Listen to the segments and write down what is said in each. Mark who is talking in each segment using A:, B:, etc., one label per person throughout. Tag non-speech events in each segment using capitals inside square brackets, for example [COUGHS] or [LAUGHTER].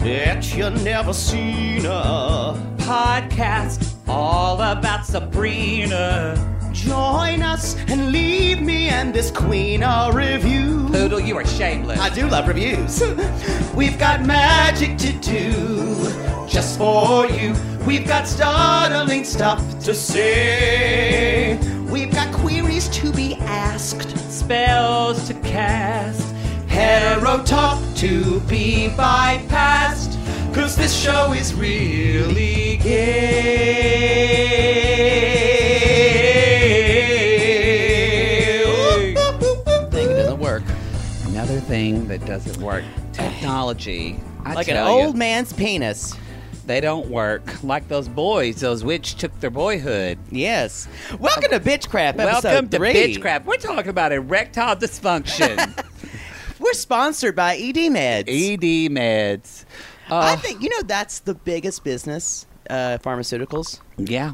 A: that you never seen her.
B: Podcast all about Sabrina.
A: Join us and leave me and this queen a review.
B: Poodle, you are shameless.
A: I do love
B: [LAUGHS]
A: reviews. We've got magic to do just for you. We've got startling stuff to say. We've got queries to be asked.
B: Spells to cast.
A: Hero talk to be bypassed. Cause this show is really gay.
B: Thing that doesn't work. Another thing that doesn't work. Technology. I
C: like an
B: tell
C: old
B: you,
C: man's penis.
B: They don't work. Like those boys, those which took their boyhood.
C: Yes. Welcome to Bitchcrap.
B: Welcome
C: episode
B: to
C: three.
B: Bitchcraft. We're talking about
A: [LAUGHS]
B: erectile dysfunction.
C: We're sponsored by ED Meds.
B: ED meds. Uh,
C: I think you know that's the biggest business. Uh, pharmaceuticals.
B: yeah.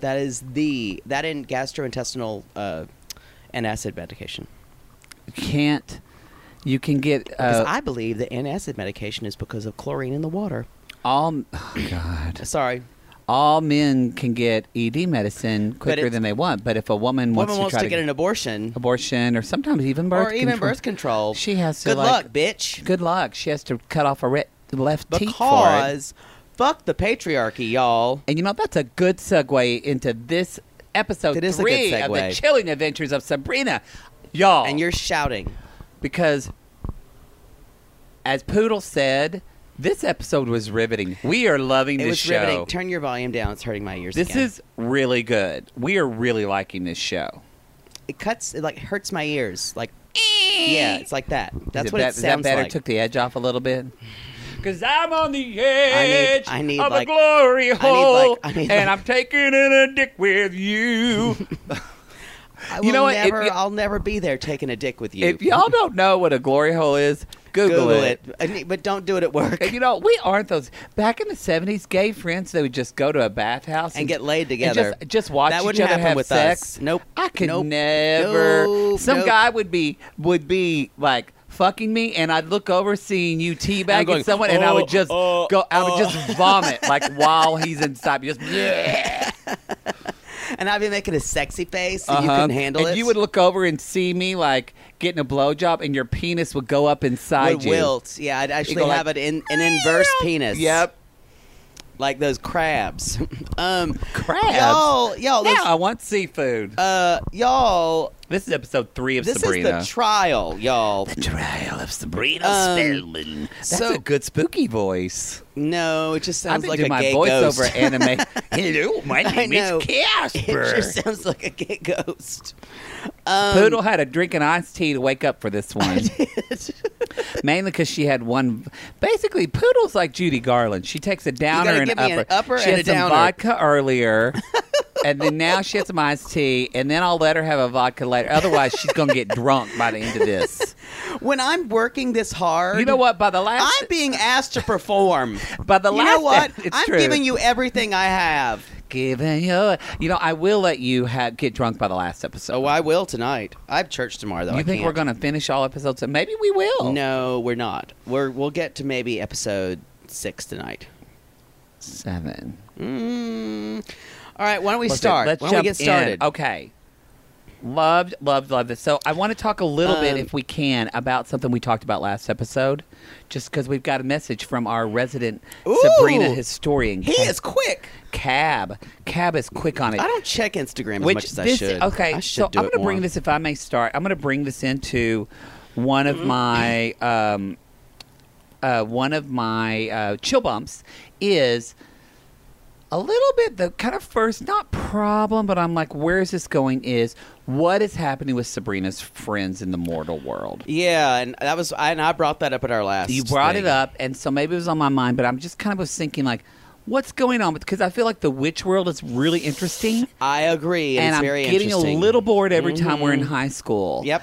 C: That is the that in gastrointestinal uh, and acid medication.
B: Can't. You can get
C: Because
B: uh,
C: I believe that antacid medication is because of chlorine in the water.
B: all. Oh, God.
C: Sorry,
B: all men can get ED medicine quicker
C: it's-
B: than they want, but if a woman wants
C: woman
B: to
C: wants
B: try
C: to get an abortion
B: abortion or sometimes even birth
C: or even
B: control,
C: birth control,
B: she has to
C: Good
B: like,
C: luck, bitch.
B: Good luck. She has to cut off her re- left teat for it.
C: Because fuck the patriarchy, y'all.
B: And you know that's a good segue into this episode
C: It is a good
B: three of the
C: segue.
B: chilling adventures of Sabrina, y'all.
C: And you're shouting.
B: because as Poodle said, this episode was riveting. We are loving
C: It
B: this
C: was
B: show.
C: riveting. Turn your volume down. It's hurting my ears.
B: this
C: again.
B: is really good. We are really liking this show.
C: it cuts. It like hurts my ears. Like yeah, it's like that. That's
B: Is
C: what
B: that,
C: it
B: is
C: sounds
B: that better?
C: like.
B: Took the edge off a little bit. Cause I'm on the edge
C: I need,
B: of
C: like-
B: a glory
C: like-
B: hole,
C: I need,
B: and
C: like-
B: I'm taking in a dick with you.
C: I
B: you know
C: will
B: what? If
C: Never,
B: you-
C: I'll never be there taking a dick with
B: [LAUGHS]
C: you.
B: if y'all don't know what a glory hole is, Google,
C: Google it, And- but don't do it at work
B: And you know, we aren't those. Back in the '70s, gay friends they would just go to a bathhouse
C: and get
B: and
C: laid together.
B: just, just watch
C: That
B: each
C: wouldn't
B: other
C: happen
B: have
C: with
B: sex.
C: us. Nope.
B: I could
C: Nope.
B: never.
C: Nope.
B: Some
C: Nope.
B: guy would be would be like fucking me, and I'd look over, seeing you teabagging
A: going,
B: someone, and I
A: "Oh,
B: would just
A: oh,
B: go. I would just vomit
C: [LAUGHS]
B: like while he's inside, me, just
C: and I'd be making a sexy face, and you
B: Uh-huh.
C: couldn't handle
B: and
C: it.
B: you would look over and see me like getting a blowjob, and your penis would go up inside
C: would
B: you.
C: wilt. Yeah, I'd actually
B: go like-
C: have an, in, an inverse penis.
B: Yep.
C: like those crabs. [LAUGHS] um,
B: Crabs?
C: Y'all, y'all,
B: Now
C: this,
B: I want seafood.
C: uh, y'all.
B: this is episode three of
C: This
B: Sabrina.
C: is the trial, y'all.
B: Trial of Sabrina
C: Um,
B: Spellman. That's
C: so-
B: a good spooky voice.
C: No, it just
B: I've
C: sounds
B: been
C: like
B: doing
C: a
B: my
C: gay ghost. [LAUGHS]
B: voiceover anime. [LAUGHS] Hello, my
C: I
B: name
C: know.
B: is
C: it
B: Casper.
C: just sounds like a gay ghost. Um,
B: Poodle had a drink and iced tea to wake up for this one.
C: [LAUGHS]
B: Mainly because she had one. Basically, Poodle's like Judy Garland. She takes a downer
C: gotta
B: and
C: give
B: upper.
C: me an upper
B: she
C: and
B: had
C: a
B: some
C: downer.
B: vodka
C: [LAUGHS]
B: earlier, and then now she had some iced tea, and then I'll let her have a vodka later. Otherwise, she's gonna get drunk by the end of this.
C: when I'm working this hard,
B: You know what? By the last,
C: I'm being asked to perform.
B: by [LAUGHS] the
C: you
B: last,
C: know what?
B: It's
C: I'm
B: true.
C: giving you everything I have.
B: Giving you, you know, I will let you ha- get drunk by the last episode.
C: Oh, I will tonight. I have church tomorrow, though.
B: you
C: I
B: think
C: can't.
B: we're going to finish all episodes? Maybe we will.
C: No, we're not. We're we'll get to maybe episode six tonight.
B: Seven.
C: Mm. All right, why don't we
B: Let's-
C: start?
B: Let's
C: why
B: jump
C: don't we get started?
B: in. Okay. Loved, loved, loved this. So I want to talk a little bit,
C: Um,
B: if we can, about something we talked about last episode, just because we've got a message from our resident
C: Ooh!
B: Sabrina historian.
C: He
B: Cab.
C: is quick.
B: Cab. Cab is quick on it.
C: I don't check Instagram as
B: Which
C: much as I
B: this-
C: should.
B: Okay,
C: I should
B: so
C: do
B: I'm
C: it
B: gonna bring
C: more.
B: this, if I may start, I'm going to bring this into one
C: Mm-hmm.
B: of my um, uh, one of my uh, chill bumps is a little bit the kind of first not problem, but I'm like, where is this going? Is what is happening with Sabrina's friends in the mortal world?
C: Yeah, and that was I, and I brought that up at our last.
B: You brought
C: thing.
B: it up, and so maybe it was on my mind, but I'm just kind of was thinking like. What's going on? Because I feel like the witch world is really interesting,
C: I agree,
B: and
C: it's
B: I'm
C: very
B: getting a
C: interesting. Mm-hmm.
B: little bored every time we're in high school.
C: Yep,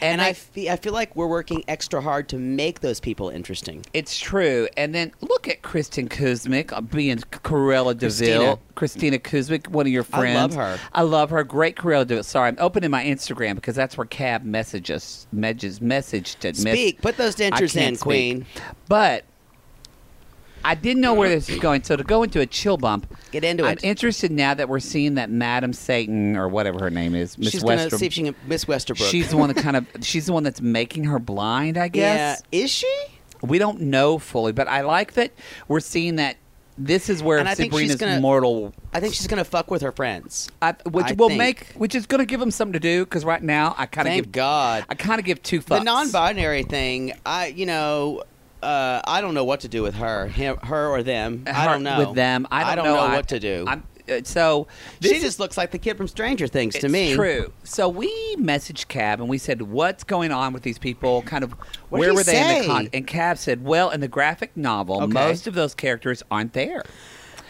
B: and,
C: and
B: I,
C: I fe- I feel like we're working extra hard to make those people interesting.
B: it's true. And then look at Kristen Kuzmic uh, being Corella
C: Christina.
B: Deville, Christina Kuzmic, one of your
C: I
B: friends.
C: love her.
B: I love her. Great Corella Deville. Sorry, I'm opening my Instagram because that's where Cab messages messages message to
C: Speak, put those
B: I
C: dentures
B: can't
C: in,
B: speak.
C: Queen.
B: But I didn't know where this was going. So to go into a chill bump,
C: Get into
B: I'm
C: it.
B: interested now that we're seeing that Madam Satan or whatever her name is, Miss
C: she's
B: Western.
C: gonna see if she can Miss Westerbrook.
B: she's the one that kind of she's the one that's making her blind. I
C: yeah.
B: guess
C: Is she?
B: we don't know fully, but I like that we're seeing that this is where
C: And I think she's
B: Sabrina's
C: gonna-
B: mortal.
C: I think she's gonna fuck with her friends.
B: I, which
C: I
B: will
C: think-
B: make, which is going to give them something to do. Because right now, I kind of
C: Thank
B: give,
C: God.
B: I kind of give two fucks.
C: The non-binary thing, I you know, uh, I don't know what to do with her, him, her or them. I
B: Her-
C: don't know
B: with them. I don't,
C: know,
B: I-
C: what to do.
B: I'm, uh, so this
C: she
B: is-
C: just looks like the kid from Stranger Things to
B: It's
C: me.
B: True. So we messaged Cab and we said, "What's going on with these people? Kind of
C: What did
B: where
C: he
B: were they in
C: say?
B: the con?" And Cab said, "Well, in the graphic novel,
C: Okay.
B: most of those characters aren't there."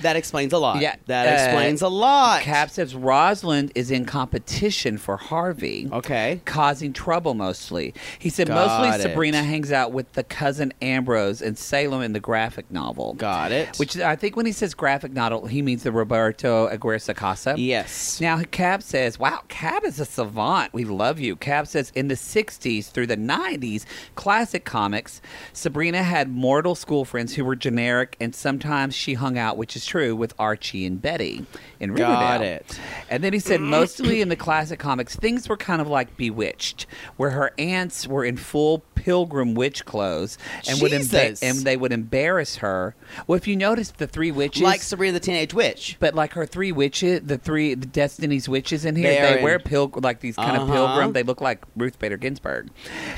C: That explains a lot.
B: Yeah,
C: that
B: uh,
C: explains a lot.
B: Cab says Rosalind is in competition for Harvey.
C: Okay.
B: Causing trouble mostly. He said
C: Got
B: mostly
C: it.
B: Sabrina hangs out with the cousin Ambrose and Salem in the graphic novel.
C: Got it.
B: Which I think when he says graphic novel, he means the Roberto Aguirre Sacasa.
C: yes.
B: Now, Cab says, wow, Cab is a savant. We love you. Cab says, in the 60s through the 90s, classic comics, Sabrina had mortal school friends who were generic, and sometimes she hung out, which is true, with Archie and Betty in Riverdale.
C: Got it.
B: And then he said, mostly in the classic comics, things were kind of like Bewitched, where her aunts were in full pilgrim witch clothes and would emba-
C: Jesus.
B: and they would embarrass her. Well, if you notice, the three witches
C: like Sabrina the Teenage Witch.
B: but like her three witches, the three the Destiny's witches in here,
C: They are
B: they
C: in-
B: wear pilgr like these kind of
C: Uh-huh.
B: pilgrim. They look like Ruth Bader
C: [LAUGHS]
B: Ginsburg.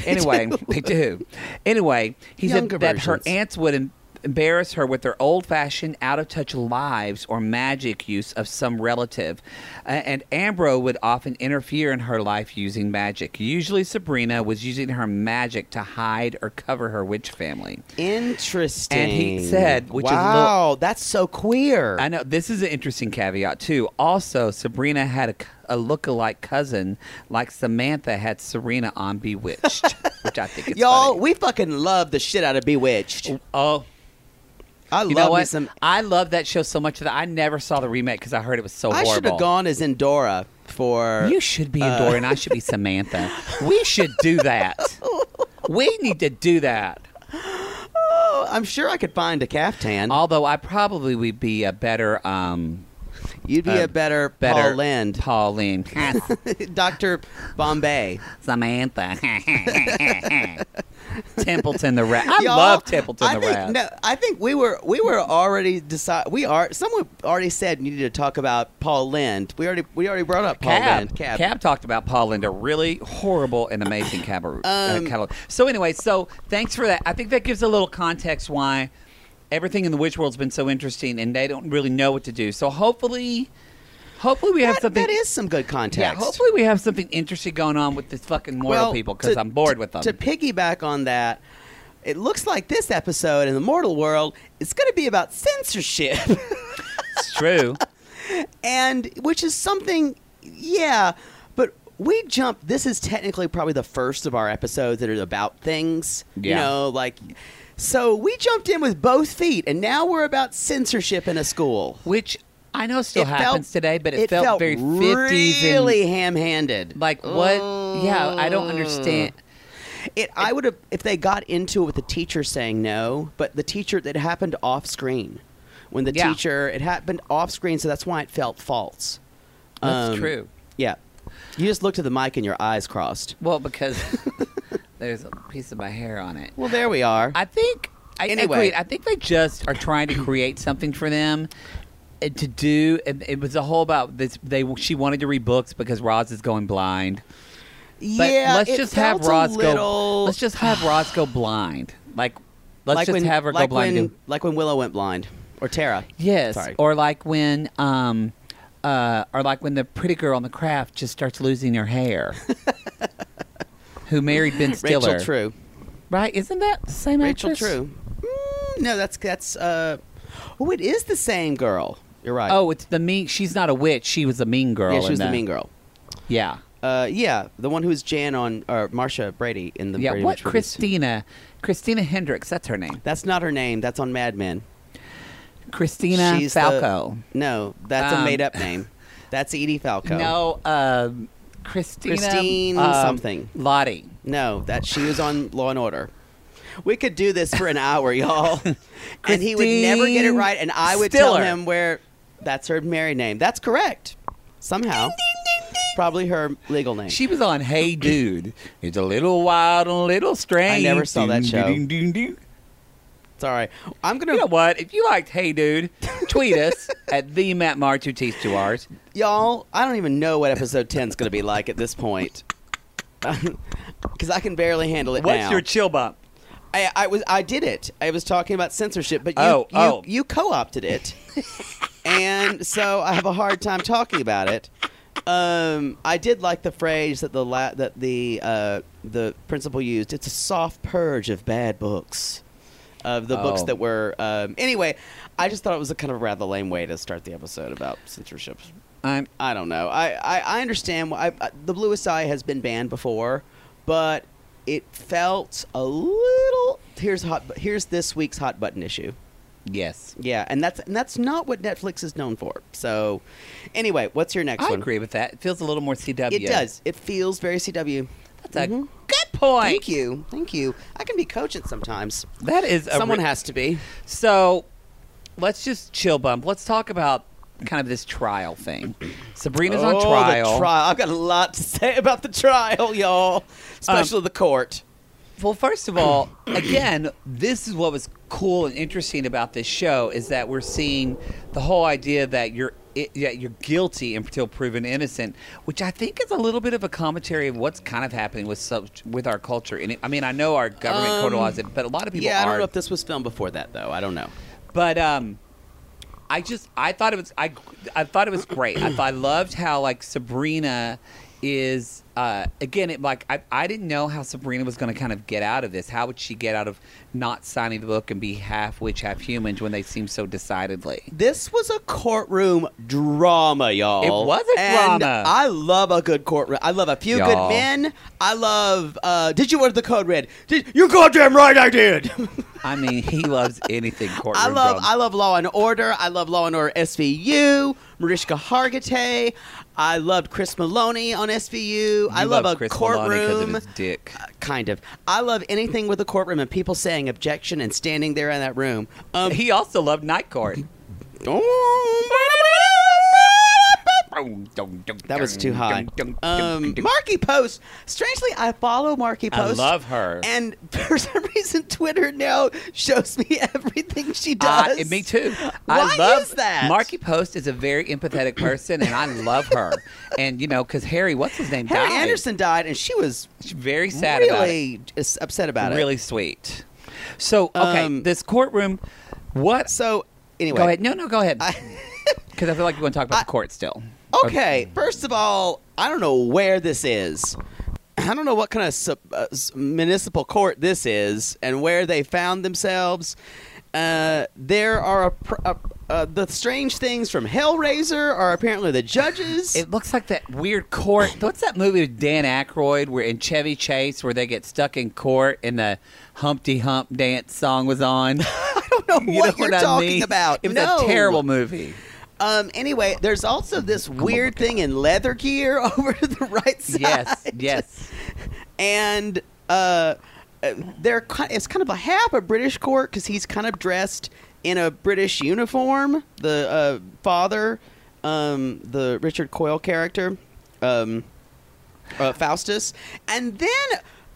B: Anyway, they do. Anyway, he
C: Younger
B: said that her
C: versions.
B: aunts would em- embarrass her with their old-fashioned, out-of-touch lives or magic use of some relative, uh, and Ambro would often interfere in her life using magic. Usually, Sabrina was using her magic to hide or cover her witch family.
C: Interesting.
B: And he said, which is a little-
C: "Wow, that's so queer."
B: I know this is an interesting caveat too. Also, Sabrina had a, c- a look-alike cousin like Samantha had Serena on
C: [LAUGHS]
B: Bewitched, which I think is
C: Y'all,
B: funny.
C: we fucking love the shit out of Bewitched.
B: oh,
C: I
B: you
C: love
B: know
C: me
B: what?
C: some.
B: I love that show so much that I never saw the remake because I heard it was so
C: I should
B: horrible.
C: have gone as Endora for. uh,
B: You should be Dora and I should be Samantha. We should do
C: [LAUGHS]
B: that. We need to do that.
C: Oh, I'm sure I could find a caftan.
B: Although I probably would be a better, um,
C: You'd be
B: uh,
C: a better,
B: better
C: Paul Lind, [LAUGHS]
B: Pauline, [LAUGHS]
C: Doctor Bombay.
B: Samantha. [LAUGHS] Templeton the Rat. I
C: Y'all,
B: love Templeton
C: I
B: the
C: think,
B: Rat.
C: No, I think we were we were already decide. We are someone already said you needed to talk about Paul Lind. We already we already brought up Paul
B: Cab.
C: Lind.
B: Cab. talked about Paul Linda, really horrible and amazing cabaret. uh,
C: Um,
B: catalog. So anyway, so thanks for that. I think that gives a little context why everything in the witch world's been so interesting, and they don't really know what to do. So hopefully, hopefully we have
C: That-
B: something.
C: that is some good
B: yeah,
C: context.
B: hopefully we have something interesting going on with this fucking mortal people because
C: to-
B: I'm bored
C: to-
B: with them.
C: To piggyback on that, it looks like this episode in the mortal world is going to be about censorship, [LAUGHS]
B: it's true.
C: and which is something, yeah. But we jump. This is technically probably the first of our episodes that are about things. You
B: Yeah.
C: know, like. So we jumped in with both feet, and now we're about censorship in a school.
B: Which I know still
C: It felt-
B: happens today, but it, felt, very 50s and
C: really ham-handed.
B: Like what? Yeah, I don't understand.
C: Mm. It, I would have if they got into it with the teacher saying no, but the teacher it happened off screen. When the
B: Yeah.
C: teacher it happened off screen, so that's why it felt false.
B: That's
C: Um,
B: true.
C: Yeah, you just looked at the mic and your eyes crossed.
B: Well,
C: [LAUGHS]
B: because there's a piece of my hair on it.
C: Well, there we are.
B: I think. I
C: Anyway.
B: anyway. I think they just are trying to create something for them uh, to do. And it was a whole about this. They she wanted to read books because Roz is going blind. But
C: yeah,
B: let's
C: it
B: just have
C: felt a
B: Roz go.
C: little-
B: Let's just have Roz go blind. Like let's
C: like
B: just
C: when,
B: have her
C: like
B: go blind.
C: When,
B: and-
C: like when Willow went blind, or Tara.
B: Yes,
C: Sorry.
B: or like when, um, uh, or like when the pretty girl on the craft just starts losing her
C: [LAUGHS]
B: hair. Who married Ben
C: Rachel
B: Stiller?
C: True.
B: right? Isn't that the same
C: Rachel
B: actress?
C: True. Mm, no, that's that's. Uh, oh, it is the same girl. You're right.
B: Oh, it's the mean. She's not a witch. She was a mean girl.
C: yeah, she
B: in
C: was the
B: that.
C: mean girl.
B: Yeah,
C: Uh, yeah, the one who's Jan on or Marsha Brady in the
B: yeah.
C: Brady
B: what
C: Bunch movies.
B: Christina? Christina Hendricks. That's her name.
C: That's not her name. That's on Mad Men.
B: Christina
C: She's the-
B: Falco.
C: no, that's a
B: Um,
C: made
B: [LAUGHS]
C: up name. That's Edie Falco.
B: No, um Christina.
C: Christine
B: um,
C: something.
B: Lottie.
C: no, that she was on Law and Order. We could do this for an
B: [LAUGHS]
C: hour, y'all. and he would never get it
B: Christine
C: right, and I would tell
B: Stiller.
C: him where that's her married name. That's correct. Somehow. Probably her legal name.
B: She was on Hey Dude. It's a little wild and a little strange.
C: I never saw that show.
B: Doo-doo-doo-doo.
C: it's all right. I'm going
B: You know
C: to,
B: what? If you liked Hey Dude, tweet
C: [LAUGHS]
B: us at the Matt Mar two T's two R's.
C: y'all, I don't even know what episode 10 is going to be like at this point. [LAUGHS] Because I can barely handle it
B: What's
C: now.
B: your chill bump?
C: I, I was I did it. I was talking about censorship, but you
B: Oh,
C: you,
B: oh.
C: you co-opted it, and so I have a hard time talking about it. Um, I did like the phrase that the la- that the uh, the principal used. It's a soft purge of bad books, of the books
B: Oh.
C: that were. Um, anyway, I just thought it was a kind of rather lame way to start the episode about censorship.
B: I'm
C: I don't know. I, I, I understand. why I, the Bluest Eye has been banned before, but it felt a little. Here's hot. Here's this week's hot button issue.
B: yes.
C: Yeah, and that's and that's not what Netflix is known for. So, anyway, what's your next
B: I
C: one?
B: agree with that. It feels a little more CW.
C: It does. It feels very CW.
B: That's a
C: Mhm.
B: good point.
C: Thank you. Thank you. I can be coaching sometimes.
B: That is a
C: Someone
B: re-
C: has to be.
B: So let's just chill bump. Let's talk about kind of this trial thing. Sabrina's
C: oh,
B: on trial.
C: The trial. I've got a lot to say [LAUGHS] about the trial, y'all. Especially
B: Um,
C: the court.
B: Well, first of all, again, this is what was cool and interesting about this show is that we're seeing the whole idea that you're i that you're guilty until proven innocent, which I think is a little bit of a commentary of what's kind of happening with sub- with our culture. And it, I mean, I know our government
C: Um,
B: um, criminalizes it, but a lot of people
C: Yeah, I
B: are.
C: don't know if this was filmed before that though. I don't know.
B: But um, I just I thought it was I I thought it was great. I, thought- I loved how like Sabrina is uh, again it like I, I didn't know how Sabrina was going to kind of get out of this. How would she get out of not signing the book and be half witch half humans when they seem so decidedly?
C: This was a courtroom drama, y'all.
B: It was a
C: And
B: drama.
C: I love a good courtroom. I love a few
B: Y'all.
C: good men. I love. Uh, did you order the code red? Did, you're goddamn right, I did. [LAUGHS]
B: I mean, he loves anything courtroom.
C: I love.
B: drama.
C: I love Law and Order. I love Law and Order SVU. Mariska Hargitay. I loved Chris Maloney on SVU. I
B: You
C: love, a
B: Chris
C: courtroom.
B: because of his dick.
C: Kind of. I love anything with a courtroom and people saying objection and standing there in that room. Um,
B: He also loved Night
C: [LAUGHS]
B: Court.
C: That
B: That
C: was too high. Um, Marky Post. Strangely, I follow Marky
B: I
C: Post.
B: love her.
C: And for [LAUGHS] some reason, Twitter now shows me [LAUGHS] everything she
B: I-
C: does.
B: me too.
C: Why
B: I love
C: is that?
B: Marky Post is a very empathetic person, and I love her. And you know, because Harry, what's his name?
C: Harry
B: died.
C: Anderson died, and she was
B: She's very sad about it.
C: really s- upset about it.
B: Really sweet. So okay,
C: Um,
B: this courtroom. What?
C: So anyway,
B: Go ahead. No, no, go ahead.
C: [LAUGHS]
B: Because I, feel like we want to talk about
C: I-
B: the court still.
C: Okay, first of all, I don't know where this is. [CLEARS THROAT] I don't know what kind of sub, uh, s- municipal court this is and where they found themselves. Uh, there are a, pr- a, uh, the strange things from Hellraiser are apparently
B: [SIGHS]
C: the judges.
B: It looks like that weird court.
C: [SIGHS]
B: What's that movie with Dan Aykroyd where in Chevy Chase where they get stuck in court and the Humpty Hump dance song was
C: [LAUGHS]
B: on?
C: I don't know
B: You know
C: what you're
B: I
C: talking
B: mean?
C: about.
B: It was
C: No.
B: a terrible
C: [LAUGHS]
B: movie.
C: Um, anyway, there's also this weird thing in leather gear [LAUGHS] over to the right side.
B: Yes, yes.
C: and uh, uh, they're ki- it's kind of a half a British court because he's kind of dressed in a British uniform. The uh, father, um, the Richard Coyle character, um, uh, Faustus, and then.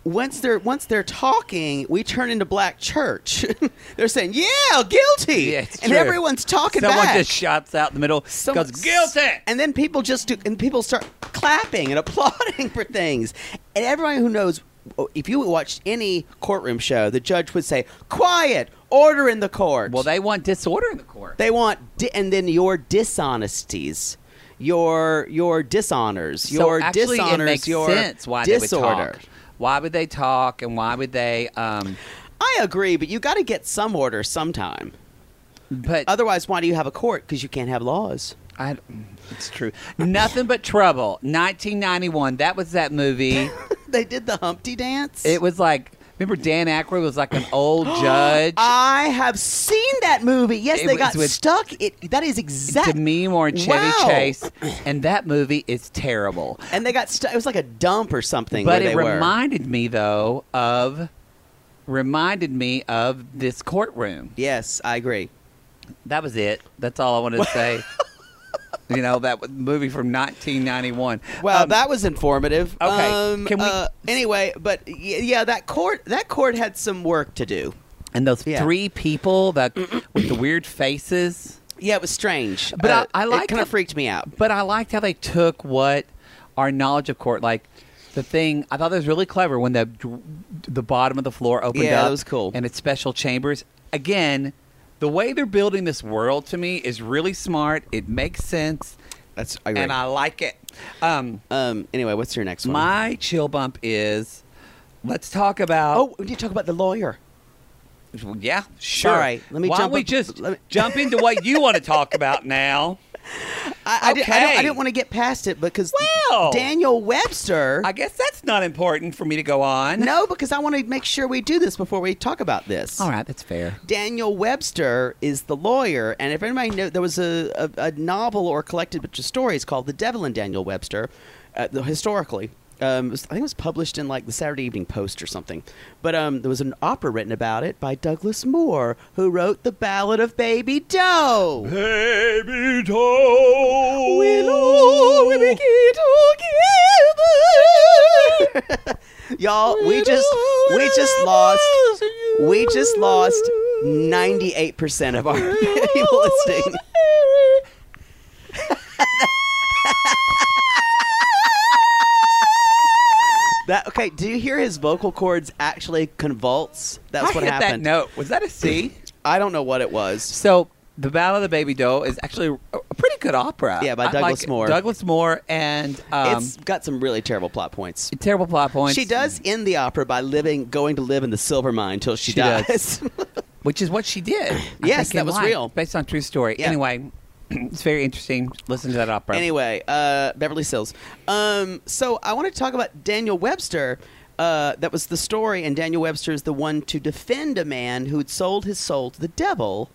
C: Once they're once they're talking, we turn into black church. [LAUGHS] they're saying, "Yeah, guilty,"
B: Yeah, it's
C: and
B: true.
C: everyone's talking
B: Someone
C: back.
B: just shouts out in the middle,
C: Someone-
B: goes, guilty!
C: And then people just do, and people start clapping and [LAUGHS] applauding for things. And everybody who knows, oh, if you watched any courtroom show, the judge would say, "Quiet, order in the court."
B: well, they want disorder in the court.
C: they want, di- and then your dishonesties. Your your dishonors,
B: so
C: your
B: actually,
C: dishonors,
B: it makes
C: your
B: sense why they
C: disorder.
B: would talk. Why would they talk and why would they? Um,
C: I agree, but you got to get some order sometime.
B: but
C: Otherwise, why do you have a court? Because you can't have laws.
B: I, it's true. Nothing but trouble. 1991. That was that
C: [LAUGHS]
B: movie.
C: [LAUGHS] They did the Humpty dance.
B: It was like remember Dan Aykroyd was like an
C: [GASPS]
B: old judge.
C: I have seen that movie. Yes,
B: It
C: they
B: was
C: got
B: with-
C: stuck. It that is
B: to
C: exactly
B: me, more Chevy
C: Wow.
B: Chase, and that movie is terrible.
C: And they got stuck. It was like a dump or something.
B: But
C: where
B: it
C: they were.
B: reminded me though of reminded me of this courtroom.
C: Yes, I agree.
B: That was it. That's all I wanted to
C: [LAUGHS]
B: say. you know that was- movie from 1991.
C: Well,
B: Um,
C: that was informative.
B: okay,
C: Um,
B: can we-
C: uh, anyway, but y- yeah, that court that court had some work to do.
B: and those
C: yeah.
B: three people that with the weird faces.
C: Yeah, it was strange.
B: But
C: Uh,
B: I- I
C: it
B: like
C: kind
B: how-
C: of freaked me out.
B: But I liked how they took what our knowledge of court, like the thing. I thought that was really clever when the the bottom of the floor opened
C: Yeah,
B: up.
C: that was cool.
B: And it's special chambers. Again, the way they're building this world to me is really smart. It makes sense,
C: That's I agree.
B: and I like it. Um,
C: um. Anyway, what's your next one?
B: my chill bump is. Let's talk about.
C: oh, we need to talk about the lawyer.
B: Well, Yeah, sure.
C: Oh. All right, let me
B: Why
C: jump
B: don't we
C: up-
B: just
C: let me- [LAUGHS]
B: jump into what you want to talk about now?
C: I, I, did, I, don't, I
B: Okay.
C: didn't want to get past it because
B: Well.
C: Daniel Webster.
B: I guess that's not important for me to go on.
C: no, because I want to make sure we do this before we talk about this.
B: All right, that's fair.
C: Daniel Webster is the lawyer, and if anybody knows, there was a, a, a novel or collected bunch of stories called The Devil and Daniel Webster, uh, the- historically. Um, it was- I think it was published in like the Saturday Evening Post or something. But um, there was an opera written about it by Douglas Moore, who wrote The Ballad of Baby Doe.
B: Baby doll.
C: [LAUGHS] Y'all, we just we just lost we just lost ninety eight percent of our [LAUGHS] people listening. That okay? Do you hear his vocal cords actually convulse? That's
B: I
C: what
B: hit
C: happened.
B: That note was that a
C: [CLEARS THROAT]
B: C?
C: I don't know what it was.
B: so the Battle of the Baby Doll is actually a a pretty good opera.
C: Yeah, by
B: I
C: Douglas Moore.
B: Douglas Moore and um,
C: it's got some really terrible plot points.
B: terrible plot points.
C: She does end the opera by living, going to live in the silver mine till she,
B: She
C: dies. [LAUGHS]
B: does. which is what she did. I
C: Yes,
B: think,
C: that
B: in
C: was
B: life,
C: real.
B: based on true story.
C: Yeah.
B: Anyway, [CLEARS THROAT] it's very interesting. Listen to that opera.
C: Anyway, [LAUGHS] uh, Beverly Sills. Um, so I want to talk about Daniel Webster. Uh, that was the story, and Daniel Webster is the one to defend a man who had sold his soul to the devil.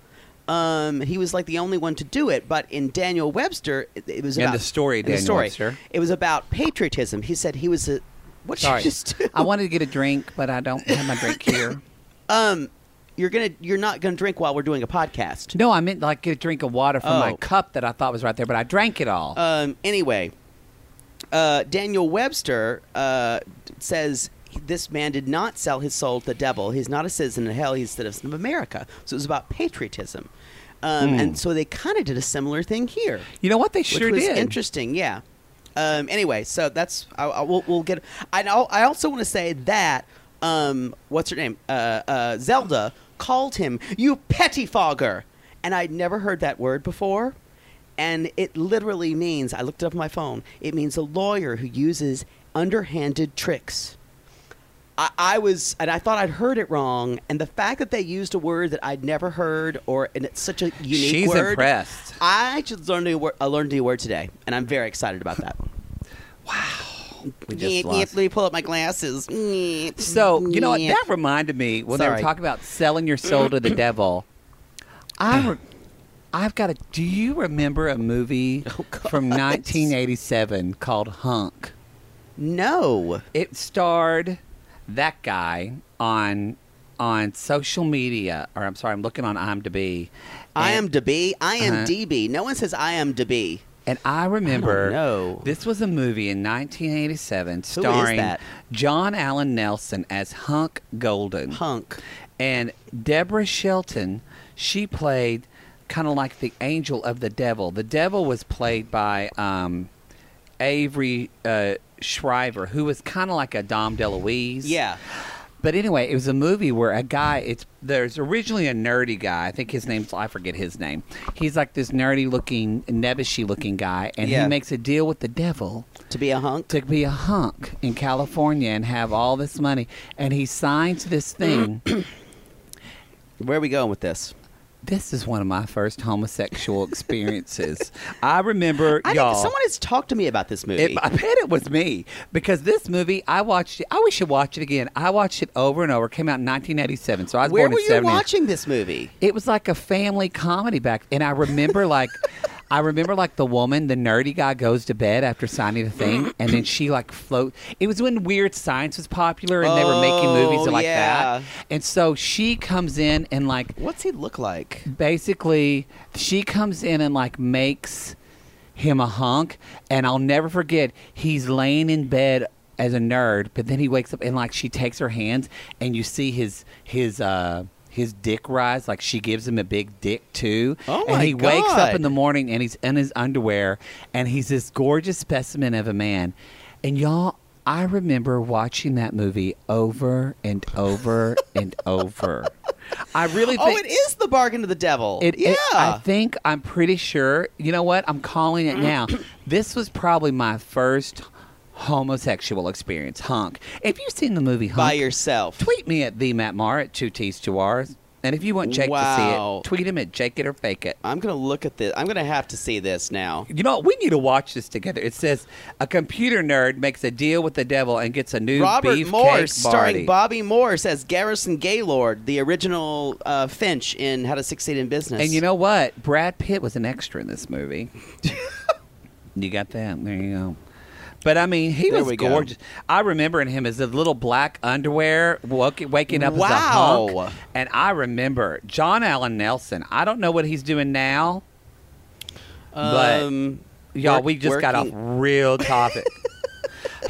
C: Um, he was like the only one to do it, but in Daniel Webster, it, it was
B: In
C: about
B: the story,
C: in
B: Daniel Webster.
C: It was about patriotism. He said he was a. What
B: Sorry,
C: you just do?
B: I wanted to get a drink, but I don't have my drink
C: [LAUGHS]
B: here.
C: um, you're gonna, you're not gonna drink while we're doing a podcast.
B: No, I meant like get a drink of water from my
C: Oh.
B: cup that I thought was right there, but I drank it all.
C: Um, anyway, uh, Daniel Webster uh, says this man did not sell his soul to the devil. He's not a citizen of hell. He's a citizen of America. So it was about patriotism. Um, And so they kind of did a similar thing here,
B: you know what? They
C: which
B: sure
C: was
B: did.
C: interesting. Yeah. Um, anyway, so that's I, I, we'll, we'll get. I know- I also want to say that um, what's her name? Uh, uh, Zelda called him you pettifogger, and I'd never heard that word before. And it literally means I looked it up on my phone. It means a lawyer who uses underhanded tricks. I, I was, and I thought I'd heard it wrong. And the fact that they used a word that I'd never heard, or and it's such a unique
B: She's
C: word.
B: impressed.
C: I just learned a new word. I learned a new word today, and I'm very excited about that.
B: [LAUGHS] We
C: Yeah,
B: just
C: yeah,
B: lost-
C: Let me pull up my glasses.
B: So
C: So
B: you know what? That reminded me when they
C: Sorry.
B: were talking about selling your soul
C: [CLEARS THROAT]
B: to the devil.
C: Ah.
B: I, re- I've got a. Do you remember a
C: [LAUGHS]
B: movie
C: Oh,
B: from 1987 called Hunk?
C: no.
B: It starred that guy on on social media, or I'm sorry, I'm looking on IMDb.
C: I
B: and-
C: am to be. I am
B: Uh-huh.
C: DB. No one says I am to be.
B: And I
C: Oh,
B: remember
C: know.
B: this was a movie in 1987 starring
C: that?
B: John Allen Nelson as Hunk Golden.
C: Hunk.
B: And Deborah Shelton, she played kind of like the angel of the devil. The devil was played by um, Avery uh, Shriver, who was kind of like a Dom DeLuise.
C: Yeah.
B: But anyway, it was a movie where a guy it's there's originally a nerdy guy. I think his name's I forget his name. He's like this nerdy looking, nebbishy looking guy, and
C: Yeah.
B: he makes a deal with the devil
C: To be a hunk.
B: to be a hunk in California and have all this money. And he signs this thing.
C: [CLEARS THROAT] Where are we going with this?
B: this is one of my first homosexual experiences. I remember
C: I
B: y'all.
C: think someone has talked to me about this movie.
B: It, I bet it was me because this movie I watched. it. I wish you watch it again. I watched it over and over. It came out in 1987, so I was
C: Where
B: born
C: were
B: in
C: you
B: 70.
C: watching this movie?
B: It was like a family comedy back, and I remember like I remember like the woman, the nerdy guy goes to bed after signing the thing, and then she like float. It was when Weird Science was popular, and they were making movies
C: Oh,
B: like
C: yeah.
B: that. And so she comes in and like
C: What's he look like?
B: basically she comes in and like makes him a hunk and i'll never forget he's laying in bed as a nerd but then he wakes up and like she takes her hands and you see his his uh his dick rise like she gives him a big dick too
C: Oh
B: and
C: my
B: he wakes up
C: God.
B: in the morning and he's in his underwear and he's this gorgeous specimen of a man and y'all i remember watching that movie over and over and
C: [LAUGHS]
B: over i really
C: Oh,
B: think
C: it is the bargain to the devil.
B: it,
C: yeah.
B: it- I think I'm pretty sure. You know what? I'm calling it
C: [CLEARS THROAT]
B: now. this was probably my first homosexual experience. Hunk. If you've seen the movie Hunk,
C: by yourself.
B: tweet me at the Matt Maher at two T's two R's. And if you want Jake
C: Wow.
B: to see it, tweet him at Jake it or fake it.
C: I'm gonna look at this. I'm gonna have to see this now.
B: You know, we need to watch this together. It says a computer nerd makes a deal with the devil and gets a new
C: Robert
B: beefcake
C: Moore,
B: party.
C: starring Bobby Morse as Garrison Gaylord, the original uh, Finch in How to Succeed in Business.
B: And you know what? Brad Pitt was an extra in this
C: [LAUGHS]
B: movie. you got that. There you go. But I mean, he
C: There
B: was
C: we go.
B: gorgeous. I remember in him as a little black underwear waking, waking up
C: Wow.
B: as a hunk. And I remember John Allen Nelson. I don't know what he's doing now. but-
C: um,
B: Y'all,
C: Work-
B: we just got off
C: working- [LAUGHS]
B: real topic.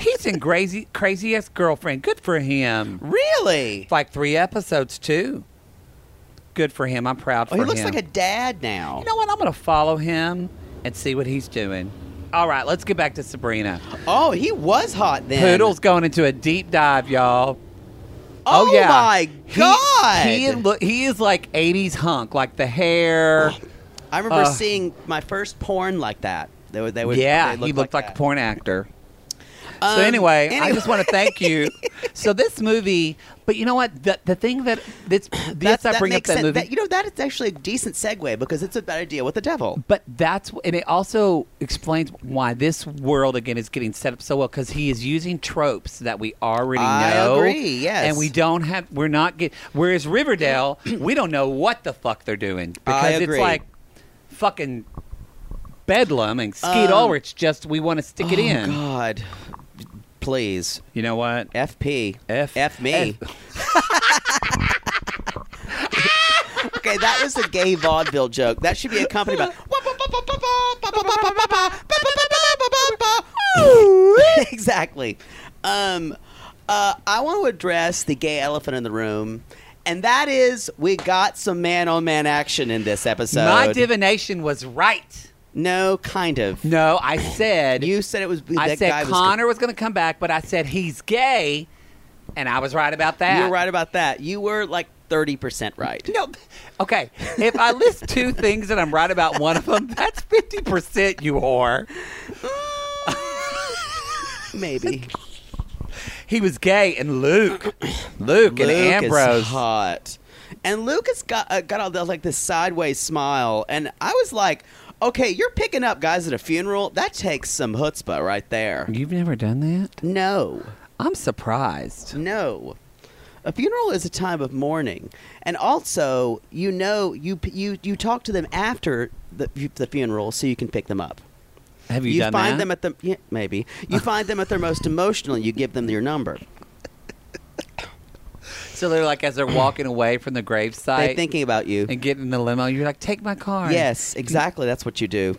B: he's in Crazy Crazy Ex Girlfriend. Good for him.
C: really,
B: Like three episodes too. Good for him. I'm proud for
C: oh,
B: him.
C: he looks like a dad now.
B: You know what? I'm going to follow him and see what he's doing. All right, let's get back to Sabrina.
C: oh, he was hot then.
B: Poodle's going into a deep dive, y'all.
C: Oh,
B: yeah.
C: my
B: He-
C: god!
B: He, lo- he is like 80s hunk, like the hair.
C: I remember
B: uh,
C: seeing my first porn like that. They would. Oh, They would
B: yeah,
C: they
B: he looked like,
C: that.
B: a porn actor.
C: Um,
B: so anyway, I just want to thank
C: [LAUGHS]
B: you. so this movie, but you know what? The, the thing that that's yes, I bring up
C: makes
B: that
C: sense.
B: movie.
C: you know, that is actually a decent segue because it's about a deal with the devil.
B: But that's and it also explains why this world again is getting set up so well because he is using tropes that we already
C: I
B: know.
C: agree, yes.
B: and we don't have we're not get. Whereas Riverdale, [CLEARS THROAT] we don't know what the fuck they're doing because
C: I
B: it's
C: agree.
B: like fucking bedlam and Skeet
C: Um,
B: Ulrich. Just we want to stick it
C: oh
B: in.
C: God, please,
B: You know what?
C: FP,
B: F-
C: F me. okay, that was a gay vaudeville joke. That should be accompanied
B: [LAUGHS]
C: by. [LAUGHS] exactly. Um, uh, I want to address the gay elephant in the room, and that is we got some man on man action in this episode.
B: My divination was right.
C: no, kind of.
B: No, I said
C: You said it was. That
B: I said
C: guy was-
B: Connor was going to come back, but I said he's gay, and I was right about that.
C: You're right about that. You were like thirty percent right.
B: No, th- okay. If I list two things and I'm right about one of them, that's fifty percent. You
C: [LAUGHS]
B: whore.
C: [LAUGHS] Maybe.
B: He was gay, and Luke, Luke, and
C: Luke
B: Ambrose.
C: is hot, and Luke has got uh, got all the, like this sideways smile, and I was like, okay, you're picking up guys at a funeral. That takes some chutzpah right there.
B: You've never done that.
C: No,
B: I'm surprised.
C: no. A funeral is a time of mourning, and also you know you you you talk to them after the the funeral so you can pick them up.
B: Have you, done
C: find
B: that?
C: them at the yeah, maybe you find them at their most emotional. You give them your number.
B: so they're like as they're walking away from the gravesite
C: They're thinking about you.
B: and getting in the limo. You're like, take my car.
C: Yes, exactly. That's what you do.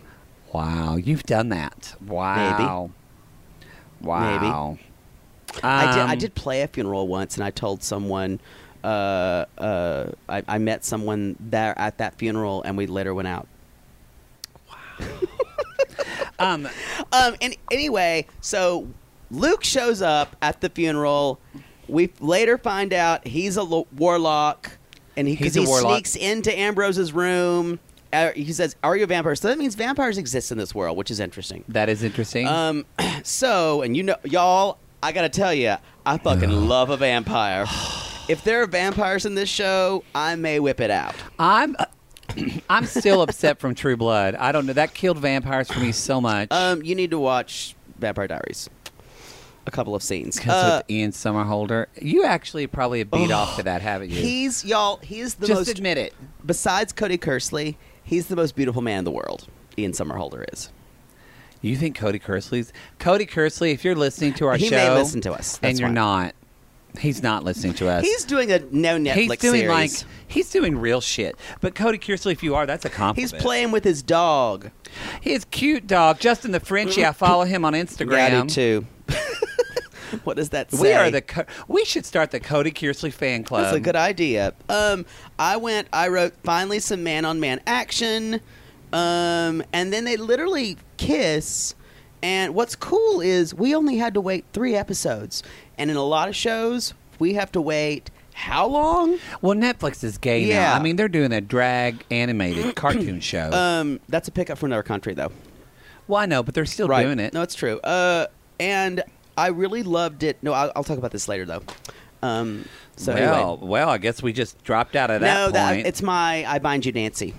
B: Wow, you've done that. Wow. Wow. Maybe.
C: I did.
B: Um,
C: I did play a funeral once, and I told someone. Uh, uh, I, I met someone there at that funeral, and we later went out.
B: Um,
C: Um, and anyway, so Luke shows up at the funeral. We later find out he's a lo- warlock, and he, 'cause
B: He's a
C: he
B: warlock.
C: sneaks into Ambrose's room. Uh, he says, "Are you a vampire?" So that means vampires exist in this world, which is interesting.
B: that is interesting.
C: Um, [CLEARS THROAT] so, and you know, y'all, I gotta tell you, I fucking love a vampire. If there are vampires in this show, I may whip it out.
B: I'm [COUGHS] I'm still upset from True Blood. I don't know. That killed vampires for me so much.
C: Um, you need to watch Vampire Diaries. A couple of scenes.
B: Because
C: Uh,
B: with Ian Somerhalder, you actually probably have beat off to that, haven't you?
C: he's y'all. He's the
B: Just
C: most.
B: admit it.
C: besides Cody Kersley, He's the most beautiful man in the world. Ian Somerhalder is.
B: You think Cody Kersley's Cody Kersley? If you're listening to our
C: He
B: show,
C: may listen to us.
B: and
C: That's
B: you're
C: why.
B: not. He's not listening to us.
C: He's doing a no Netflix
B: He's doing
C: series.
B: like he's doing real shit. But Cody Kersley, if you are, that's a compliment.
C: He's playing with his dog.
B: His cute dog, Justin the Frenchie. I follow him on Instagram.
C: Yeah, I do too. [LAUGHS] what does that say?
B: We are the. Co- we should start the Cody Kersley fan club.
C: That's a good idea. Um, I went. I wrote finally some man on man action, um, and then they literally kiss. And what's cool is we only had to wait three episodes, and in a lot of shows we have to wait how long?
B: Well, Netflix is gay
C: Yeah.
B: now. I mean, they're doing a drag
C: [CLEARS THROAT]
B: animated cartoon show.
C: Um, that's a pickup from another country, though.
B: well, I know, but they're still doing it.
C: No, it's true. Uh, and I really loved it. No, I'll, I'll talk about this later, though. Um, so
B: well,
C: anyway.
B: well, I guess we just dropped out of that
C: no,
B: point.
C: that, it's my I bind you, Nancy,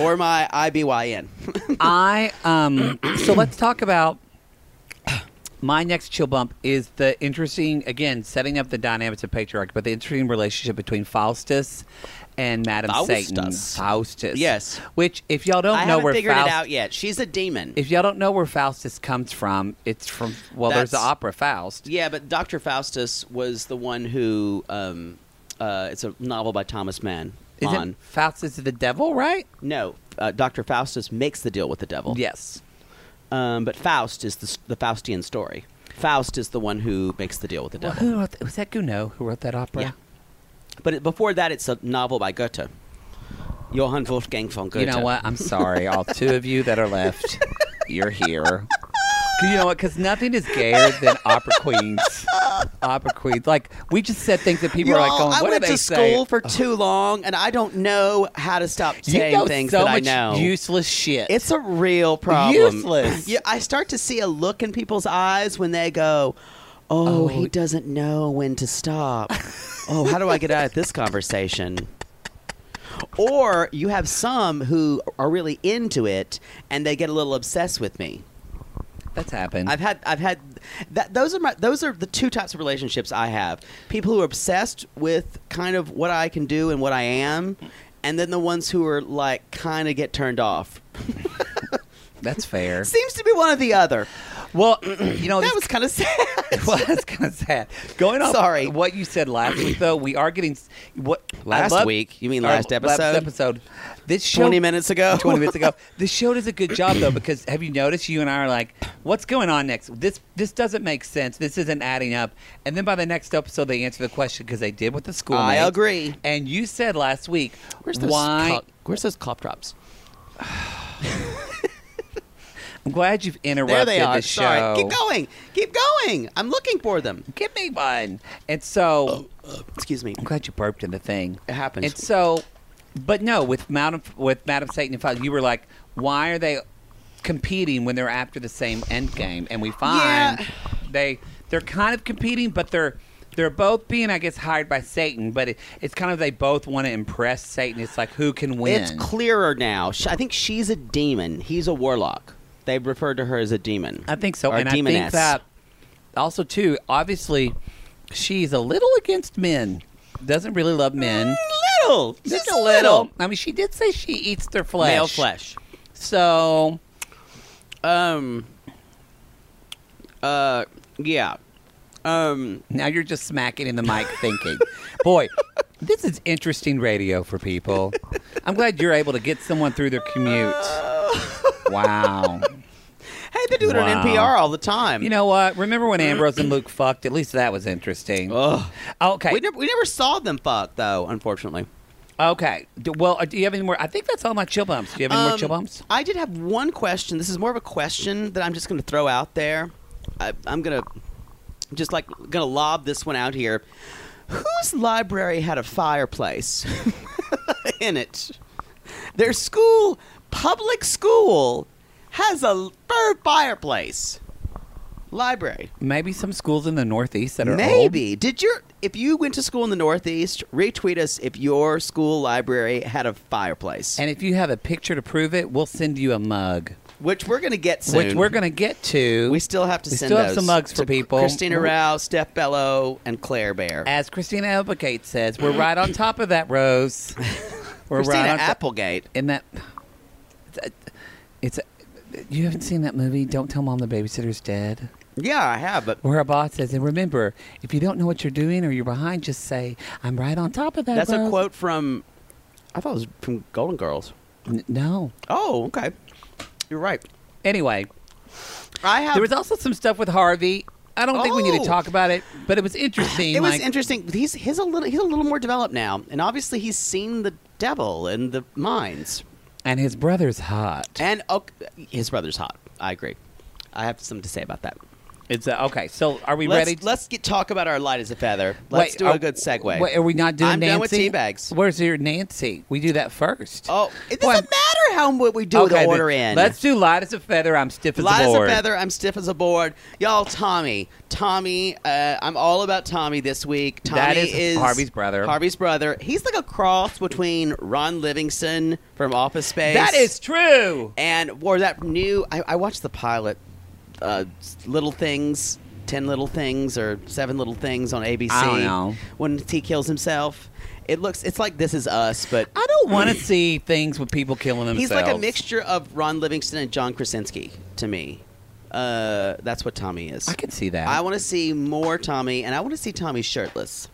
C: or my IBYN. [LAUGHS]
B: I um so let's talk about my next chill bump is the interesting again setting up the dynamics of patriarchy, but the interesting relationship between Faustus and Madam Satan.
C: Faustus.
B: Faustus,
C: Yes.
B: Which, if y'all don't
C: I
B: know
C: haven't
B: where
C: figured
B: Faust,
C: it out yet. She's a demon.
B: if y'all don't know where Faustus comes from, it's from well, there's the
C: That's-
B: opera Faust.
C: yeah, but Doctor Faustus was the one who. Um, uh, it's a novel by Thomas Mann. Mann.
B: Isn't Faustus the devil, right?
C: No, uh, Doctor Faustus makes the deal with the devil.
B: Yes.
C: Um, but Faust is the, s- the Faustian story. Faust is the one who makes the deal with the
B: Well,
C: devil.
B: who wrote th- was that? Gounod who wrote that opera?
C: Yeah. But it, before that, it's a novel by Goethe. Johann Wolfgang von Goethe.
B: You know what? I'm sorry, all two of you that are left. You're here. 'Cause You know what? Because nothing is gayer than opera queens. Opera queens. Like we just said things that people
C: Y'all,
B: are like going.
C: I
B: What do
C: went
B: they
C: to
B: say?
C: school for too long, and I don't know how to stop
B: you
C: saying
B: know
C: things
B: so
C: that
B: much
C: I know.
B: useless shit.
C: it's a real problem.
B: Useless.
C: Yeah, I start to see a look in people's eyes when they go, "Oh,
B: Oh.
C: he doesn't know when to stop." oh, how do I get out of this conversation? Or you have some who are really into it, and they get a little obsessed with me.
B: that's happened.
C: I've had I've had that those are my those are the two types of relationships I have. People who are obsessed with kind of what I can do and what I am, and then the ones who are like kind of get turned off.
B: that's
C: [LAUGHS]
B: fair.
C: Seems to be one or the other.
B: well, [CLEARS THROAT] you know
C: That
B: this-
C: was kind of sad.
B: [LAUGHS] well, that's kind of sad. Going off
C: Sorry.
B: what you said last week, though, we are getting s- what I
C: [LAUGHS] Last
B: love-
C: week? You mean
B: or
C: last episode?
B: episode. This show,
C: 20 minutes ago.
B: 20 minutes ago. The show does a good job though because have you noticed you and I are like, what's going on next? This this doesn't make sense. This isn't adding up. And then by the next episode they answer the question because they did what the school.
C: I
B: made.
C: agree.
B: And you said last week,
C: [LAUGHS] Where's those
B: why?
C: cop- where's those cop drops?
B: I'm glad you've interrupted
C: There they are.
B: the
C: Sorry.
B: show.
C: Keep going. Keep going. I'm looking for them.
B: Give me one. And so.
C: Oh. Excuse me.
B: I'm glad you burped in the thing.
C: It happens.
B: And so, but no, with Madam with Madam Satan and Father, you were like, why are they competing when they're after the same end game? And we find
C: Yeah.
B: they they're kind of competing, but they're they're both being, I guess, hired by Satan. But it, it's kind of they both want to impress Satan. It's like who can win?
C: It's clearer now. Sh- I think she's a demon. He's a warlock. They referred to her as a demon.
B: I think so.
C: Or
B: and I
C: demoness.
B: think that also too, obviously, she's a little against men. Doesn't really love men.
C: Mm, little,
B: Just a little. I mean, she did say she eats their flesh.
C: male flesh.
B: So
C: Um. Uh. Yeah. Um.
B: now you're just smacking in the mic
C: [LAUGHS]
B: thinking, boy, this is interesting radio for people. I'm glad you're able to get someone through their
C: [LAUGHS]
B: commute. Wow.
C: Hey, they do it
B: Wow.
C: on NPR all the time.
B: You know what? Remember when Ambrose and Luke fucked? At least that was interesting.
C: Ugh.
B: Okay.
C: We never we never saw them fuck though. Unfortunately.
B: Okay. D- Well, uh, do you have any more? I think that's all my chill bumps. Do you have any more
C: Um,
B: chill bumps?
C: I did have one question. This is more of a question that I'm just going to throw out there. I, I'm going to just like going to lob this one out here. Whose library had a fireplace [LAUGHS] in it? Their school, public school, has a l- fir- fireplace. Library.
B: Maybe some schools in the Northeast that are old.
C: Maybe. Did your if you went to school in the Northeast, retweet us if your school library had a fireplace.
B: And if you have a picture to prove it, we'll send you a mug,
C: which we're going to get soon.
B: which we're going to get to.
C: We still have to
B: We
C: send
B: still have
C: those
B: some mugs for
C: to
B: people.
C: Christina Rao, Steph Bello, and Claire Bear.
B: As Christina
C: [LAUGHS]
B: Applegate says, we're right on top of that, Rose. We're
C: Christina
B: right on top.
C: Applegate.
B: in that. It's you haven't seen that movie. Don't tell mom the babysitter's dead.
C: Yeah, I have, but
B: Where a boss says, and remember, if you don't know what you're doing or you're behind, just say, "I'm right on top of that."
C: that's a
B: bro."
C: quote from. I thought it was from Golden Girls.
B: N- no.
C: Oh, okay. You're right.
B: Anyway,
C: I have.
B: there was also some stuff with Harvey. I don't think we need
C: Oh.
B: to talk about it, but it was interesting.
C: it was
B: like,
C: interesting. He's he's a little he's a little more developed now, and obviously he's seen the devil and the mines.
B: and his brother's hot.
C: And oh, his brother's hot. I agree. I have something to say about that.
B: It's uh, okay. So, are we
C: let's
B: ready? to-
C: let's get talk about our light as a feather. Let's
B: Wait,
C: do a
B: are-
C: good segue.
B: Wait, are we not doing
C: I'm
B: Nancy?
C: done with tea bags.
B: Where's your Nancy? We do that first.
C: oh, it
B: Well,
C: doesn't matter how what we do
B: okay,
C: the order
B: then.
C: in.
B: Let's do light as a feather. I'm stiff as
C: Light
B: a
C: as a
B: board.
C: feather. I'm stiff as a board. Y'all, Tommy. Tommy. Uh, I'm all about Tommy this week. Tommy
B: That is Harvey's brother.
C: Harvey's brother. He's like a cross between Ron Livingston from Office Space.
B: That is true.
C: and or that new. I, I watched the pilot. Uh, little things, ten little things, or seven little things on ABC.
B: I don't know.
C: When he kills himself, it looks. It's like This Is Us, but
B: I don't want to [CLEARS THROAT] see things with people killing themselves.
C: He's like a mixture of Ron Livingston and John Krasinski to me. Uh, that's what Tommy is.
B: I can see that. I
C: I want to see more Tommy, and I want to see Tommy shirtless.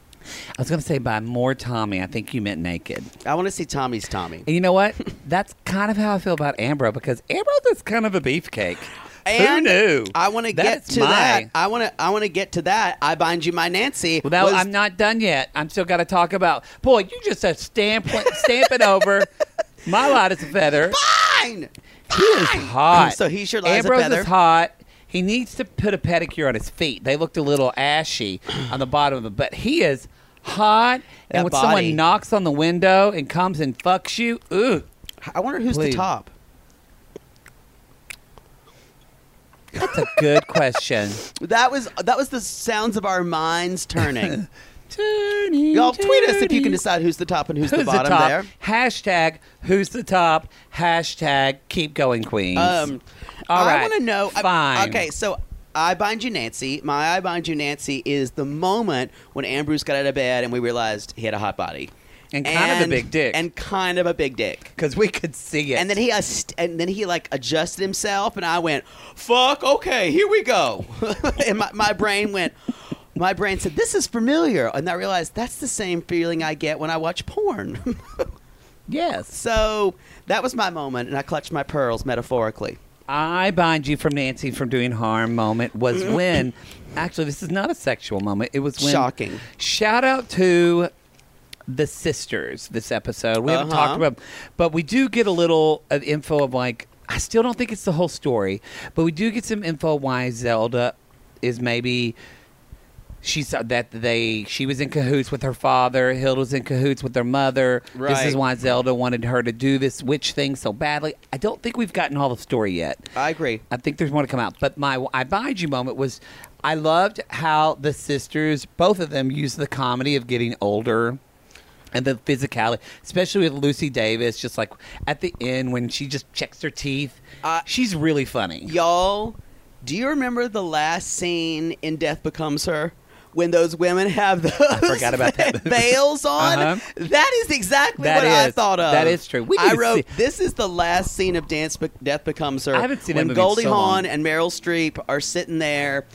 B: was going to say by more Tommy. I think you meant naked.
C: I want to see Tommy's Tommy.
B: And you know
C: [LAUGHS]
B: what? That's kind of how I feel about Ambro because Ambrose is kind of a beefcake.
C: And
B: Who knew?
C: I want to get
B: That's
C: to
B: my-
C: that. I want to. I want to get to that. I bind you, my Nancy.
B: Well, that,
C: was-
B: I'm not done yet. I'm still got to talk about. Boy, you just a stamp [LAUGHS] stamping over my light as a feather.
C: fine.
B: He is hot.
C: So he sure lies a
B: Ambrose
C: feather.
B: is hot. He needs to put a pedicure on his feet. They looked a little
C: [CLEARS THROAT]
B: ashy on the bottom of them, but he is hot.
C: That
B: and when
C: body.
B: someone knocks on the window and comes and fucks you, ooh,
C: I wonder who's
B: Please.
C: the top.
B: that's a
C: [LAUGHS]
B: good question.
C: That was that was the sounds of our minds turning.
B: [LAUGHS] Turning,
C: Y'all tweet us if you can
B: turning.
C: decide who's the top and who's,
B: Who's
C: the bottom
B: top?
C: there.
B: Hashtag who's the top? Hashtag keep going, Queens.
C: Um,
B: All
C: I
B: right,
C: want to know. I-
B: Fine. [LAUGHS]
C: okay, so I bind you, Nancy. My I bind you, Nancy is the moment when Ambrose got out of bed and we realized he had a hot body
B: And kind of a big dick.
C: and kind of a big dick.
B: Because we could see it.
C: And then he ast- and then he like adjusted himself, and I went, "Fuck, okay, here we go." [LAUGHS] and my, my brain went, my brain said, "This is familiar," and I realized that's the same feeling I get when I watch porn. [LAUGHS]
B: yes,
C: so that was my moment, and I clutched my pearls metaphorically.
B: I bind you from Nancy from doing harm moment was
C: Mm-hmm.
B: when, actually, this is not a sexual moment. It was when.
C: Shocking.
B: Shout out to the sisters this episode. We haven't
C: Uh-huh.
B: talked about, but we do get a little of info of like I still don't think it's the whole story, but we do get some info why Zelda is maybe she saw that they she was in cahoots with her father, Hilda was in cahoots with her mother. This
C: Right.
B: is why Zelda wanted her to do this witch thing so badly. I don't think we've gotten all the story yet.
C: I agree.
B: I think there's more to come out. But my I bind you moment was I loved how the sisters, both of them, used the comedy of getting older and the physicality, especially with Lucy Davis, just like at the end when she just checks her teeth.
C: Uh,
B: she's really funny.
C: Y'all, do you remember the last scene in Death Becomes Her? When those women have those
B: forgot about
C: [LAUGHS]
B: that movie.
C: veils on,
B: Uh-huh.
C: That is exactly
B: That
C: what I
B: is-
C: thought of.
B: that is true. We need
C: I
B: to
C: wrote,
B: see-
C: "This is the last scene of Dance Be- Death Becomes Her."
B: I haven't seen that
C: when
B: movie in
C: Goldie
B: so
C: Hawn
B: long.
C: and Meryl Streep are sitting there,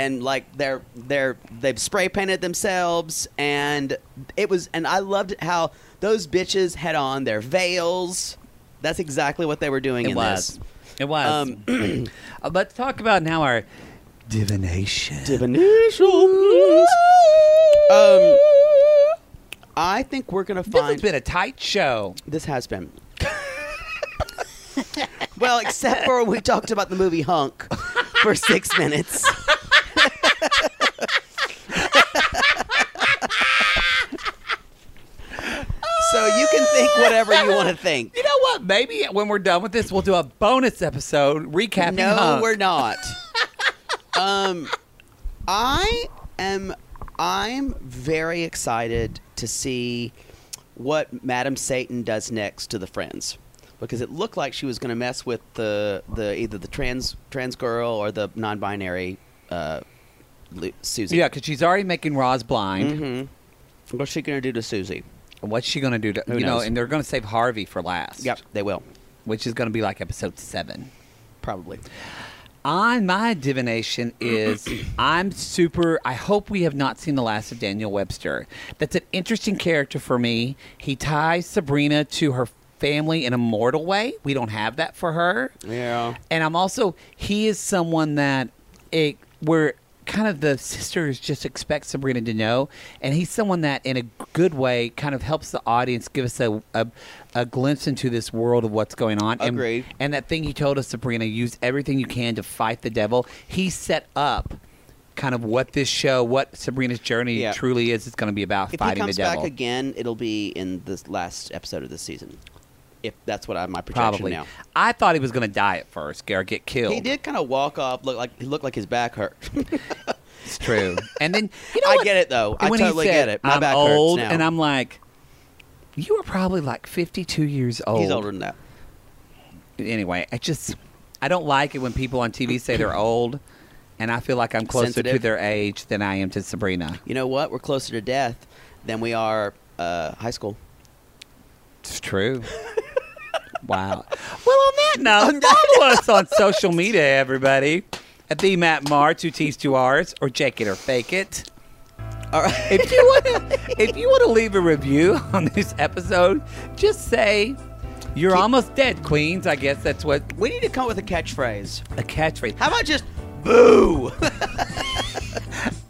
C: and like they're they're they've spray painted themselves, and it was, and I loved how those bitches had on their veils. That's exactly what they were doing.
B: it
C: in
B: was.
C: this.
B: It was. [CLEARS THROAT] Uh, let's talk about now our divination.
C: Divination. Um, I think we're gonna
B: this
C: find
B: has been a tight show.
C: This has been. well, except for when we talked about the movie Hunk for six minutes. so you can think whatever you want to think.
B: You know what? Maybe when we're done with this, we'll do a bonus episode recapping.
C: no,
B: Hunk. [LAUGHS]
C: we're not. um, I am. I'm very excited to see what Madam Satan does next to the Friends, because it looked like she was going to mess with the the either the trans trans girl or the non-binary uh, Lu- Susie.
B: Yeah, because she's already making Roz blind.
C: hmm What's she going to do to Susie?
B: And What's she going to do? To,
C: Who
B: you know,
C: knows?
B: and they're going to save Harvey for last.
C: Yep, they will.
B: which is going to be like episode seven.
C: Probably.
B: On my divination is [CLEARS THROAT] I'm super. I hope we have not seen the last of Daniel Webster. That's an interesting character for me. He ties Sabrina to her family in a mortal way. We don't have that for her.
C: Yeah.
B: And I'm also he is someone that it where kind of the sisters just expect Sabrina to know, and he's someone that in a good way kind of helps the audience give us a a, a glimpse into this world of what's going on. And-
C: Agreed.
B: And, that thing he told us, Sabrina, use everything you can to fight the devil. He set up. Kind of what this show, what Sabrina's journey
C: Yeah.
B: truly is, it's going to be about
C: If he
B: fighting
C: comes
B: the devil.
C: back again, it'll be in this last episode of this season. If that's what I my projection
B: Probably.
C: now.
B: I thought he was going to die at first or get killed.
C: He did kind of walk off. Look like he looked like his back hurt.
B: It's
C: [LAUGHS]
B: true. And then you know
C: I
B: what?
C: get it, though. I
B: When he
C: totally
B: said,
C: get it. My
B: I'm
C: back hurts
B: old,
C: now.
B: and I'm like, you were probably like 52 years old.
C: He's older than that.
B: Anyway, I just I don't like it when people on TV say they're old, and I feel like I'm closer to
C: Sensitive.
B: their age than I am to Sabrina.
C: You know what? We're closer to death than we are uh, high school.
B: It's [LAUGHS] true. wow. Well, on
C: [LAUGHS]
B: that note, follow us on social media, everybody. At the Matt Mar, two T's, two R's, or Jake it or fake it.
C: All right.
B: [LAUGHS] if you want to if you want to leave a review on this episode just say you're almost dead queens i guess that's what
C: We need to come up with a catchphrase.
B: a catchphrase
C: How about just
B: [LAUGHS]
C: boo?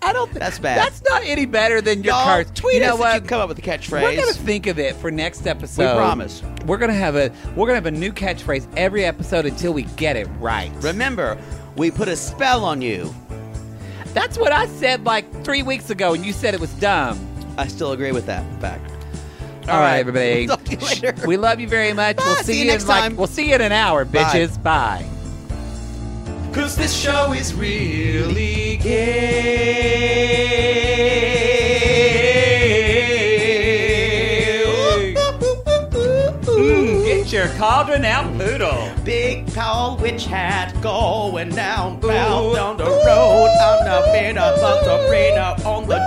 B: i don't think
C: That's bad.
B: that's not any better than your
C: Y'all,
B: curse
C: tweet
B: you know
C: us
B: what
C: if you can come up with a catchphrase.
B: we're gonna think of it for next episode
C: promise.
B: we're gonna have a we're gonna have a new catchphrase every episode until we get it right
C: Remember, we put a spell on you.
B: that's what i said like three weeks ago and you said it was dumb
C: I still agree with that fact.
B: all right, everybody
C: [LAUGHS] Talk to you later.
B: we [LAUGHS] love you very much
C: Bye,
B: we'll see,
C: see you
B: in
C: next
B: like
C: time.
B: we'll see you in an hour bitches bye.
A: Cause this show is really gay.
B: Mm, get your cauldron out, poodle.
C: Big tall witch hat going down,
A: Ooh.
C: bound down the road. I'm not afraid of Sabrina on the